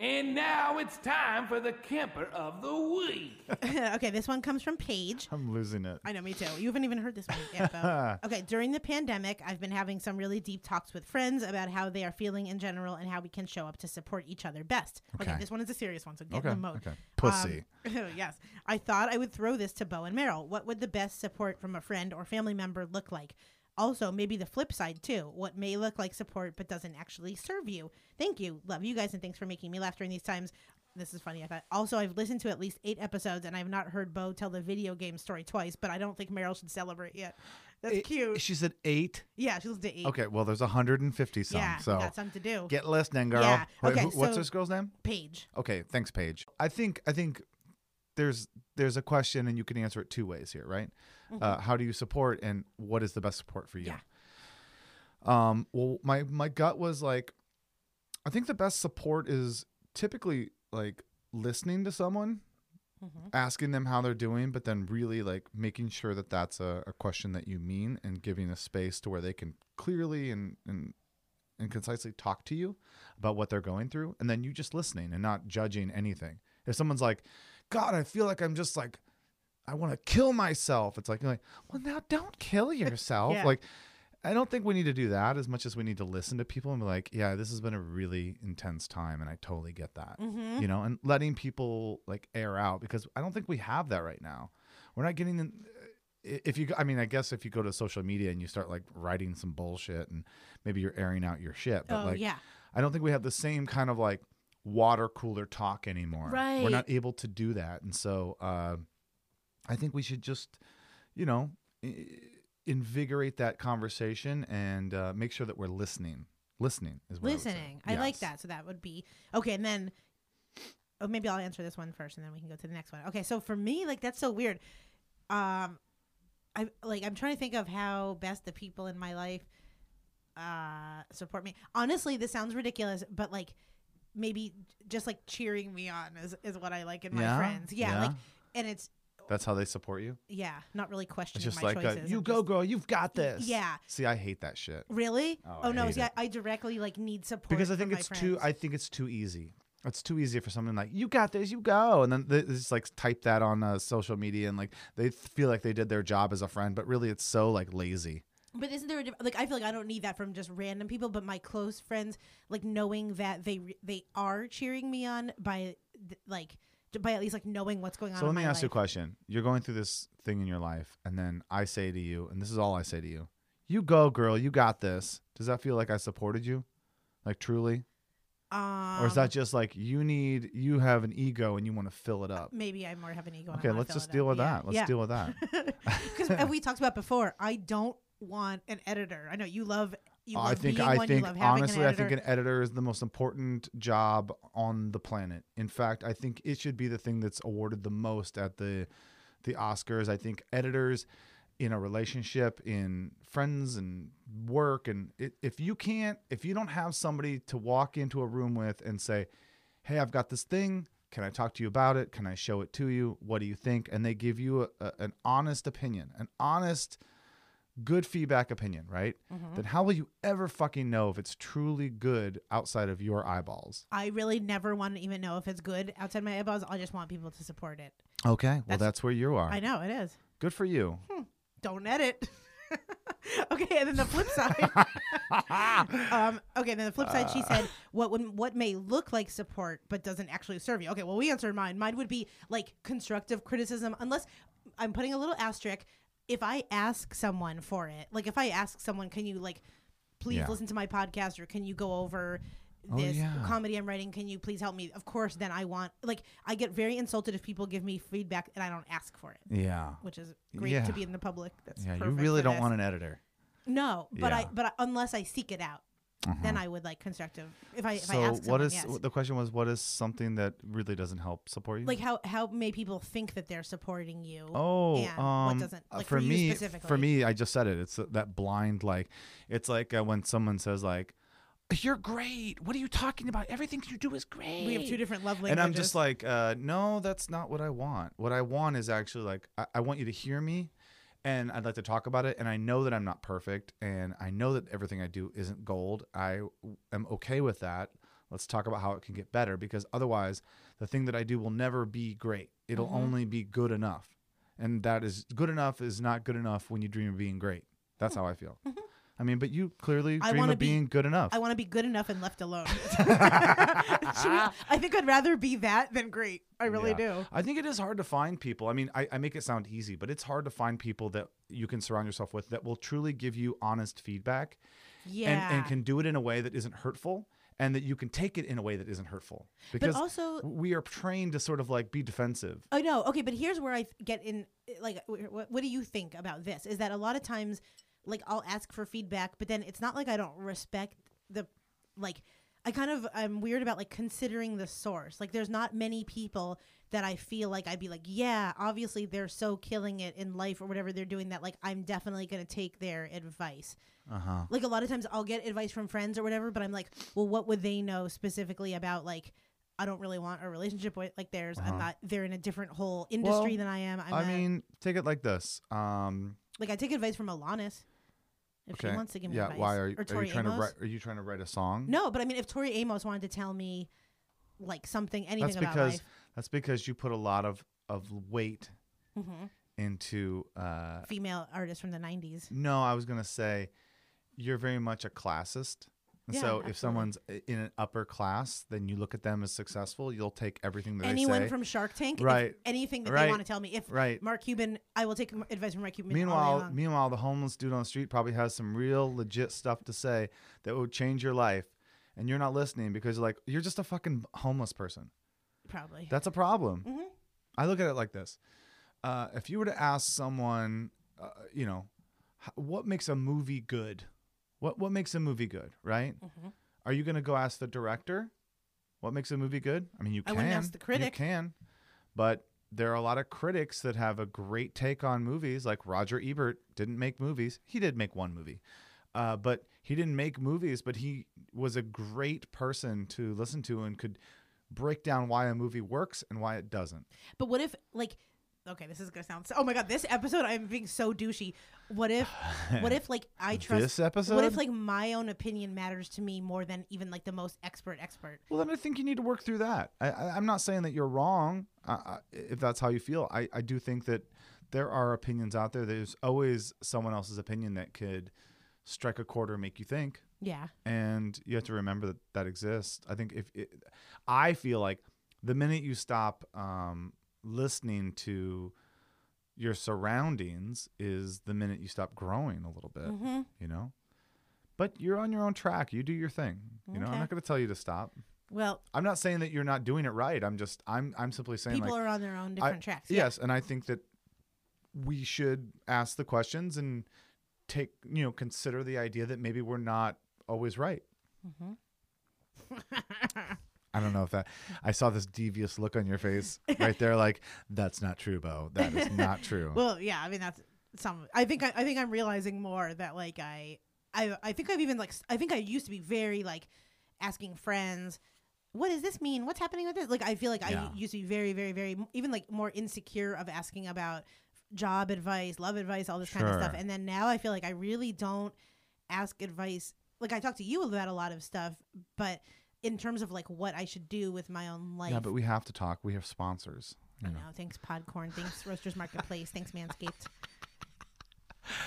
Speaker 1: And now it's time for the Kemper of the Week.
Speaker 3: okay, this one comes from Paige.
Speaker 2: I'm losing it.
Speaker 3: I know, me too. You haven't even heard this one yet, though. okay, during the pandemic, I've been having some really deep talks with friends about how they are feeling in general and how we can show up to support each other best. Okay,
Speaker 2: Okay.
Speaker 3: this one is a serious one, so get
Speaker 2: Okay,
Speaker 3: in the mode.
Speaker 2: okay. Pussy.
Speaker 3: Um, yes. I thought I would throw this to Bo and Merrill. What would the best support from a friend or family member look like? Also, maybe the flip side too. What may look like support but doesn't actually serve you. Thank you. Love you guys and thanks for making me laugh during these times. This is funny. I thought. Also, I've listened to at least eight episodes and I've not heard Bo tell the video game story twice, but I don't think Meryl should celebrate yet. That's
Speaker 2: It-
Speaker 3: cute.
Speaker 2: She said eight.
Speaker 3: yeah, she listened to eight.
Speaker 2: Okay, well, there's 150 some.
Speaker 3: Yeah,
Speaker 2: so
Speaker 3: we got something to do.
Speaker 2: get listening, girl.
Speaker 3: Yeah,
Speaker 2: Wait,
Speaker 3: okay,
Speaker 2: who- what's
Speaker 3: so-
Speaker 2: this girl's name?
Speaker 3: Paige.
Speaker 2: Okay, thanks, Paige. I think I think there's there's a question, and you can answer it two ways here, right? Uh, how do you support, and what is the best support for you?
Speaker 3: Yeah.
Speaker 2: Um. Well, my my gut was like, I think the best support is typically like listening to someone.
Speaker 3: Mm-hmm.
Speaker 2: Asking them how they're doing, but then really like making sure that that's a, a question that you mean and giving a space to where they can clearly and, and and concisely talk to you about what they're going through and then you just listening and not judging anything if someone's like god i feel like i'm just like i want to kill myself it's like, you're like well now don't kill yourself
Speaker 3: Yeah.
Speaker 2: like i don't think we need to do that as much as we need to listen to people and be like yeah this has been a really intense time and i totally get that
Speaker 3: Mm-hmm.
Speaker 2: you know and letting people like air out because i don't think we have that right now we're not getting in i- if you go- i mean i guess if you go to social media and you start like writing some bullshit and maybe you're airing out your shit but
Speaker 3: Oh,
Speaker 2: like
Speaker 3: yeah.
Speaker 2: i don't think we have the same kind of like water cooler talk anymore we're
Speaker 3: Right.
Speaker 2: not able to do that and so uh, i think we should just you know i- invigorate that conversation and uh, make sure that we're listening listening is what I would say.
Speaker 3: listening. I, like
Speaker 2: Yes.
Speaker 3: that. So that would be okay. And then, oh, maybe I'll answer this one first, and then we can go to the next one. Okay. So for me, like that's so weird. Um, I like I'm trying to think of how best the people in my life uh support me. Honestly, this sounds ridiculous, but like maybe just like cheering me on is is what I like in my
Speaker 2: Yeah?
Speaker 3: friends. Yeah, Like,
Speaker 2: Yeah.
Speaker 3: and it's
Speaker 2: that's how they support you
Speaker 3: yeah, not really
Speaker 2: it's
Speaker 3: questioning
Speaker 2: just
Speaker 3: my
Speaker 2: like uh
Speaker 3: choices.
Speaker 2: you
Speaker 3: I'm
Speaker 2: go
Speaker 3: just-
Speaker 2: girl you've got this
Speaker 3: Yeah.
Speaker 2: see i hate that shit
Speaker 3: Really?
Speaker 2: Oh,
Speaker 3: Oh,
Speaker 2: I
Speaker 3: no,
Speaker 2: hate
Speaker 3: see, I,
Speaker 2: it.
Speaker 3: I directly like need support
Speaker 2: because I
Speaker 3: from
Speaker 2: think
Speaker 3: my
Speaker 2: it's too.
Speaker 3: friends.
Speaker 2: I think it's too easy. It's too easy for someone like you got this, you go, and then they they just like type that on uh, social media, and like they th- feel like they did their job as a friend, but really it's so like lazy.
Speaker 3: But isn't there a diff- like I feel like I don't need that from just random people, but my close friends, like knowing that they re- they are cheering me on by th- like d- by at least like knowing what's going on.
Speaker 2: So let
Speaker 3: in
Speaker 2: me
Speaker 3: my
Speaker 2: ask you a
Speaker 3: life.
Speaker 2: question: You're going through this thing in your life, and then I say to you, and this is all I say to you: "You go, girl, you got this." Does that feel like I supported you, like truly,
Speaker 3: Um,
Speaker 2: or is that just like you need, you have an ego and you want to fill it up?
Speaker 3: maybe I more have an ego?
Speaker 2: Okay, let's just deal with that. Let's deal with that.
Speaker 3: Because we talked about before, I don't want an editor? I know you love. You love
Speaker 2: I think
Speaker 3: being
Speaker 2: I
Speaker 3: one, you
Speaker 2: think
Speaker 3: love having
Speaker 2: honestly,
Speaker 3: an
Speaker 2: I think
Speaker 3: editor.
Speaker 2: an editor is the most important job on the planet. In fact, I think it should be the thing that's awarded the most at the the Oscars. I think editors in a relationship, in friends and work, and i if you can't, if you don't have somebody to walk into a room with and say, "Hey, I've got this thing. Can I talk to you about it? Can I show it to you? What do you think?" and they give you a, a, an honest opinion, an honest good feedback opinion, right?
Speaker 3: Mm-hmm.
Speaker 2: Then how will you ever fucking know if it's truly good outside of your eyeballs?
Speaker 3: I really never want to even know if it's good outside my eyeballs. I just want people to support it.
Speaker 2: Okay, well
Speaker 3: That's-
Speaker 2: that's, where you are.
Speaker 3: I know it is.
Speaker 2: Good for you.
Speaker 3: Hmm. Don't edit. okay, and then the flip side. um, okay, then the flip side.
Speaker 2: Uh.
Speaker 3: She said, "What would, what may look like support, but doesn't actually serve you." Okay, well, we answered mine. Mine would be like constructive criticism, unless I'm putting a little asterisk. If I ask someone for it, like if I ask someone, "Can you like please
Speaker 2: Yeah.
Speaker 3: listen to my podcast, or can you go over?"
Speaker 2: Oh,
Speaker 3: This
Speaker 2: yeah.
Speaker 3: comedy I'm writing, can you please help me? Of course, then I want, like, I get very insulted if people give me feedback and I don't ask for it
Speaker 2: Yeah.
Speaker 3: which is great
Speaker 2: Yeah.
Speaker 3: to be in the public. That's
Speaker 2: Yeah, you
Speaker 3: perfect
Speaker 2: really
Speaker 3: for
Speaker 2: don't
Speaker 3: this.
Speaker 2: want an editor.
Speaker 3: No, but I
Speaker 2: Yeah. Mm.
Speaker 3: but I, unless I seek it out, then I would like constructive. If I if I
Speaker 2: Uh-huh. So
Speaker 3: ask
Speaker 2: what
Speaker 3: someone,
Speaker 2: is
Speaker 3: yes.
Speaker 2: the question was what is something that really doesn't help support you?
Speaker 3: like how how may people think that they're supporting you?
Speaker 2: Oh,
Speaker 3: and
Speaker 2: um,
Speaker 3: what doesn't
Speaker 2: uh,
Speaker 3: like
Speaker 2: for,
Speaker 3: you
Speaker 2: me,
Speaker 3: specifically?
Speaker 2: for me, I just said it. It's th- that blind, like, it's like uh, when someone says, like, "You're great. What are you talking about? Everything you do is great."
Speaker 3: we have two different love languages.
Speaker 2: and I'm just like, uh, no, that's not what I want. What I want is actually like, I, I want you to hear me, and I'd like to talk about it. And I know that I'm not perfect, and I know that everything I do isn't gold. I w- am okay with that. Let's talk about how it can get better because otherwise, the thing that I do will never be great. It'll
Speaker 3: Mm-hmm.
Speaker 2: only be good enough, and that is good enough is not good enough when you dream of being great. That's how I feel. I mean, but you clearly
Speaker 3: Hmm. Mm-hmm. I
Speaker 2: dream
Speaker 3: wanna
Speaker 2: of
Speaker 3: be-
Speaker 2: being good enough.
Speaker 3: I want to be good enough and left alone. Should we- I think I'd rather be that than great. I really
Speaker 2: Yeah.
Speaker 3: do.
Speaker 2: I think it is hard to find people. I mean, I, I make it sound easy, but it's hard to find people that you can surround yourself with that will truly give you honest feedback
Speaker 3: Yeah.
Speaker 2: and, and can do it in a way that isn't hurtful and that you can take it in a way that isn't hurtful. Because
Speaker 3: also-
Speaker 2: we are trained to sort of like be defensive.
Speaker 3: I know. Okay, but here's where I th- get in. Like, wh- what, what do you think about this? Is that a lot of times, like, I'll ask for feedback, but then it's not like I don't respect the, like, I kind of I'm weird about like considering the source. Like, there's not many people that I feel like I'd be like, yeah, obviously they're so killing it in life or whatever they're doing that like I'm definitely gonna take their advice. Uh-huh. Like a lot of times I'll get advice from friends or whatever, but I'm like, well, what would they know specifically about like I don't really want a relationship with like theirs. I'm not. They're in a different whole industry
Speaker 2: Uh-huh. Well,
Speaker 3: than I am. I'm
Speaker 2: I
Speaker 3: a-
Speaker 2: mean, take it like this. Um,
Speaker 3: like I take advice from Alanis if
Speaker 2: okay.
Speaker 3: she wants to give me
Speaker 2: yeah.
Speaker 3: advice.
Speaker 2: Why are,
Speaker 3: or
Speaker 2: are
Speaker 3: Tori
Speaker 2: you trying
Speaker 3: Amos.
Speaker 2: to write? Are you trying to write a song?
Speaker 3: No, but I mean, if Tori Amos wanted to tell me like something, anything
Speaker 2: that's
Speaker 3: about
Speaker 2: because
Speaker 3: life,
Speaker 2: that's because you put a lot of of weight into uh,
Speaker 3: mm-hmm, female artists from the '90s.
Speaker 2: No, I was gonna say you're very much a classist. And
Speaker 3: Yeah,
Speaker 2: so
Speaker 3: absolutely.
Speaker 2: if someone's i- in an upper class, then you look at them as successful. You'll take everything that
Speaker 3: Anyone
Speaker 2: they say.
Speaker 3: from Shark Tank, if
Speaker 2: Right.
Speaker 3: Anything that
Speaker 2: Right.
Speaker 3: they want to tell me. If
Speaker 2: Right.
Speaker 3: Mark Cuban, I will take m- advice from Mark Cuban. all day
Speaker 2: meanwhile,
Speaker 3: long.
Speaker 2: meanwhile, the homeless dude on the street probably has some real legit stuff to say that would change your life, and you're not listening because you're like you're just a fucking homeless person.
Speaker 3: probably.
Speaker 2: That's a problem.
Speaker 3: Mm-hmm.
Speaker 2: I look at it like this: uh, if you were to ask someone, uh, you know, h- what makes a movie good? What what makes a movie good? Right?
Speaker 3: Mm-hmm.
Speaker 2: Are you going to go ask the director what makes a movie good? I mean, you
Speaker 3: I
Speaker 2: can.
Speaker 3: wouldn't ask the critic.
Speaker 2: You can, but there are a lot of critics that have a great take on movies. Like Roger Ebert didn't make movies; he did make one movie. Uh, but he didn't make movies, but he was a great person to listen to and could break down why a movie works and why it doesn't.
Speaker 3: But what if like okay, this is gonna sound so, oh my god, this episode I'm being so douchey. What if what if like I trust
Speaker 2: This episode?
Speaker 3: What if like my own opinion matters to me more than even like the most expert expert?
Speaker 2: Well, then I think you need to work through that. I, I, I'm not saying that you're wrong uh, uh, if that's how you feel. I, I do think that there are opinions out there. There's always someone else's opinion that could strike a chord or make you think.
Speaker 3: Yeah.
Speaker 2: and you have to remember that that exists. I think if it, I feel like the minute you stop um, listening to your surroundings is the minute you stop growing a little bit, you know. But you're on your own track. You do your thing. You know, I'm
Speaker 3: Okay.
Speaker 2: not going to tell you to stop.
Speaker 3: Well,
Speaker 2: I'm not saying that you're not doing it right. I'm just I'm I'm simply saying
Speaker 3: people
Speaker 2: like
Speaker 3: are on their own
Speaker 2: I-
Speaker 3: different tracks.
Speaker 2: Yes, and I think that we should ask the questions and take you know consider the idea that maybe we're not always right.
Speaker 3: Mm-hmm.
Speaker 2: I don't know if that. I saw this devious look on your face right there, like that's not true, Bo. That is not true.
Speaker 3: Well, yeah, I mean that's some. I think I, I think I'm realizing more that like I, I I think I've even like s- I think I used to be very like asking friends, what does this mean? What's happening with this? Like I feel like
Speaker 2: Yeah.
Speaker 3: I used to be very very very even like more insecure of asking about job advice, love advice, all this kind of stuff.
Speaker 2: Sure.
Speaker 3: And then now I feel like I really don't ask advice. Like I talk to you about a lot of stuff, but in terms of like what I should do with my own life.
Speaker 2: yeah, but we have to talk. We have sponsors.
Speaker 3: I know. Thanks, Podcorn. Thanks, Roasters Marketplace. Thanks, Manscaped.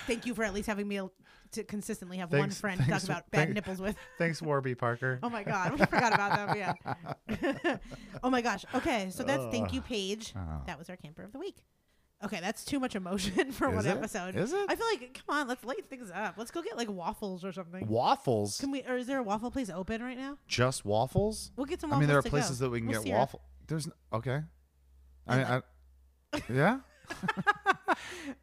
Speaker 3: Thank you for at least having me al- to consistently have one
Speaker 2: Thanks-
Speaker 3: friend to
Speaker 2: thanks-
Speaker 3: talk about bad
Speaker 2: thank-
Speaker 3: nipples with.
Speaker 2: Thanks, Warby Parker.
Speaker 3: Oh my God, we forgot about them. Yeah. oh my gosh. Okay, so that's thank you, Paige.
Speaker 2: Oh.
Speaker 3: That was our camper of the week. Okay, that's too much emotion for
Speaker 2: Is
Speaker 3: one
Speaker 2: it?
Speaker 3: episode.
Speaker 2: Is it?
Speaker 3: I feel like come on, let's light things up. Let's go get like waffles or something.
Speaker 2: Waffles,
Speaker 3: Can we? Or is there a waffle place open right now?
Speaker 2: just waffles.
Speaker 3: We'll get some.
Speaker 2: I
Speaker 3: waffles
Speaker 2: mean, there are
Speaker 3: to go.
Speaker 2: places that we can
Speaker 3: We'll
Speaker 2: get
Speaker 3: see her.
Speaker 2: waffle. There's n- okay. I mean, I, yeah.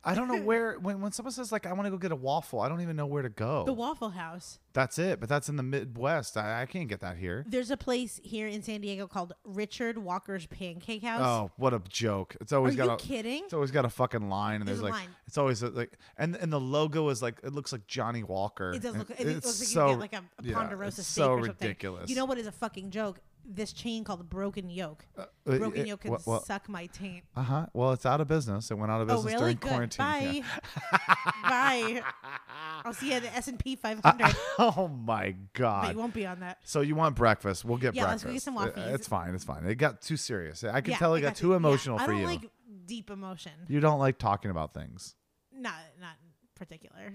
Speaker 2: I don't know where when when someone says like I want to go get a waffle, I don't even know where to go.
Speaker 3: The Waffle House.
Speaker 2: that's it, but that's in the Midwest. I, I can't get that here.
Speaker 3: There's a place here in San Diego called Richard Walker's Pancake House.
Speaker 2: Oh, what a joke! It's
Speaker 3: Are
Speaker 2: always
Speaker 3: you
Speaker 2: got a
Speaker 3: kidding?
Speaker 2: it's always got a fucking line, and
Speaker 3: There's
Speaker 2: there's,
Speaker 3: a
Speaker 2: like
Speaker 3: line.
Speaker 2: it's always a, like and and the logo is like it looks like Johnny Walker.
Speaker 3: It does
Speaker 2: And
Speaker 3: look. It looks like
Speaker 2: Oh, it's
Speaker 3: you
Speaker 2: so-
Speaker 3: get like a, a
Speaker 2: yeah,
Speaker 3: Ponderosa
Speaker 2: it's
Speaker 3: steak
Speaker 2: so
Speaker 3: or something.
Speaker 2: ridiculous.
Speaker 3: You know what is a fucking joke? This chain called Broken Yolk.
Speaker 2: it-
Speaker 3: Broken
Speaker 2: Uh, it-
Speaker 3: Yolk can
Speaker 2: what- what-
Speaker 3: suck my taint.
Speaker 2: Uh huh. Well, it's out of business. It went out of
Speaker 3: Oh,
Speaker 2: business
Speaker 3: really?
Speaker 2: during
Speaker 3: Good.
Speaker 2: quarantine. yeah.
Speaker 3: Bye. Bye. I'll see you at the S and P 500,
Speaker 2: Oh my
Speaker 3: but
Speaker 2: god.
Speaker 3: you won't be on that.
Speaker 2: so you want breakfast? We'll get
Speaker 3: Yeah, let's
Speaker 2: breakfast.
Speaker 3: go get some
Speaker 2: It-
Speaker 3: Waffies.
Speaker 2: It's fine. It's fine. It got too serious. I can
Speaker 3: Yeah,
Speaker 2: tell it
Speaker 3: I
Speaker 2: got
Speaker 3: got
Speaker 2: too
Speaker 3: you. Yeah,
Speaker 2: emotional for you.
Speaker 3: I don't like deep emotion.
Speaker 2: you don't like talking about things.
Speaker 3: Not not particularly.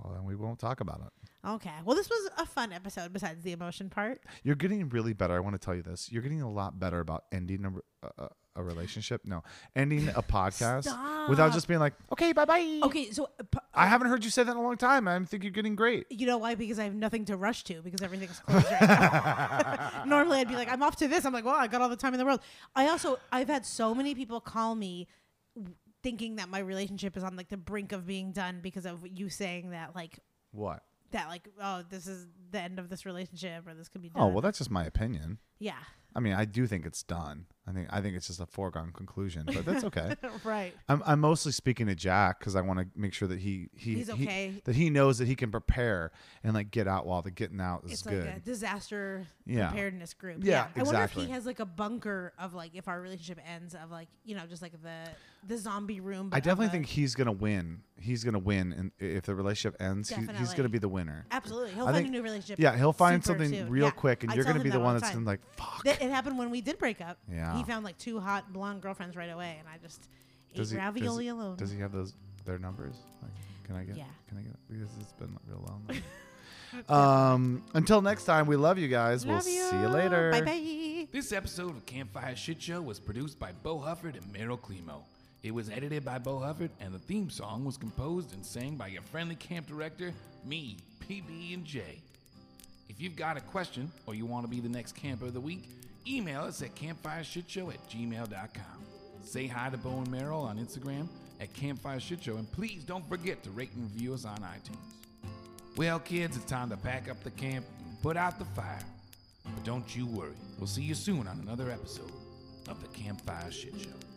Speaker 2: Well, then we won't talk about it.
Speaker 3: Okay. Well, this was a fun episode. Besides the emotion part.
Speaker 2: You're getting really better. I want to tell you this. You're getting a lot better about ending a, a, a relationship. No, ending a podcast without
Speaker 3: Stop.
Speaker 2: just being like, okay, bye bye.
Speaker 3: Okay, so uh, p-
Speaker 2: I haven't heard you say that in a long time. I think you're getting great.
Speaker 3: You know why? Because I have nothing to rush to because everything's closed right now. Normally I'd be like, I'm off to this. I'm like, well, I got all the time in the world. I also, I've had so many people call me w- thinking that my relationship is on like the brink of being done because of you saying that, like,
Speaker 2: What?
Speaker 3: that, like, oh, this is the end of this relationship or this could be done.
Speaker 2: Oh well, that's just my opinion.
Speaker 3: yeah.
Speaker 2: I mean, I do think it's done. I think I think it's just a foregone conclusion, but that's okay.
Speaker 3: Right.
Speaker 2: I'm, I'm mostly speaking to Jack because I want to make sure that he, he
Speaker 3: He's
Speaker 2: he-
Speaker 3: okay.
Speaker 2: that he knows that he can prepare and like get out while the getting out is
Speaker 3: It's
Speaker 2: good.
Speaker 3: like a disaster
Speaker 2: Yeah.
Speaker 3: preparedness group.
Speaker 2: Yeah,
Speaker 3: I wonder if
Speaker 2: exactly.
Speaker 3: he has like a bunker of like if our relationship ends of like you know just like the the zombie room. but
Speaker 2: I
Speaker 3: of
Speaker 2: definitely
Speaker 3: a-
Speaker 2: think he's gonna win. He's gonna win, and if the relationship ends, he, he's
Speaker 3: Definitely.
Speaker 2: gonna be the winner.
Speaker 3: Absolutely. He'll
Speaker 2: I
Speaker 3: find
Speaker 2: think-
Speaker 3: a new relationship.
Speaker 2: Yeah, he'll find
Speaker 3: super
Speaker 2: something
Speaker 3: soon.
Speaker 2: real
Speaker 3: Yeah.
Speaker 2: quick, and
Speaker 3: I
Speaker 2: you're
Speaker 3: tell
Speaker 2: gonna
Speaker 3: him
Speaker 2: be the
Speaker 3: that
Speaker 2: one
Speaker 3: all
Speaker 2: that's
Speaker 3: time.
Speaker 2: gonna like fuck.
Speaker 3: Th- It happened when we did break up.
Speaker 2: Yeah.
Speaker 3: He found like two hot blonde girlfriends right away, and I just
Speaker 2: Does
Speaker 3: ate
Speaker 2: he- does he-
Speaker 3: ravioli alone.
Speaker 2: Does he have those their numbers? Like, can I get?
Speaker 3: Yeah.
Speaker 2: Can I get? Because it's been real lonely. um. Until next time, we love you guys.
Speaker 3: Love
Speaker 2: we'll see you later.
Speaker 3: Bye bye.
Speaker 1: This episode of Campfire Shit Show was produced by Bo Hufford and Meryl Climo. It was edited by Bo Hufford, and the theme song was composed and sang by your friendly camp director, me, PB and J. If you've got a question or you want to be the next camper of the week, email us at campfireshitshow at gmail.com. Say hi to Bo and Merrill on Instagram at Campfire Shit Show, and please don't forget to rate and review us on iTunes. Well, kids, it's time to pack up the camp and put out the fire. But don't you worry, we'll see you soon on another episode of the Campfire Shit Show.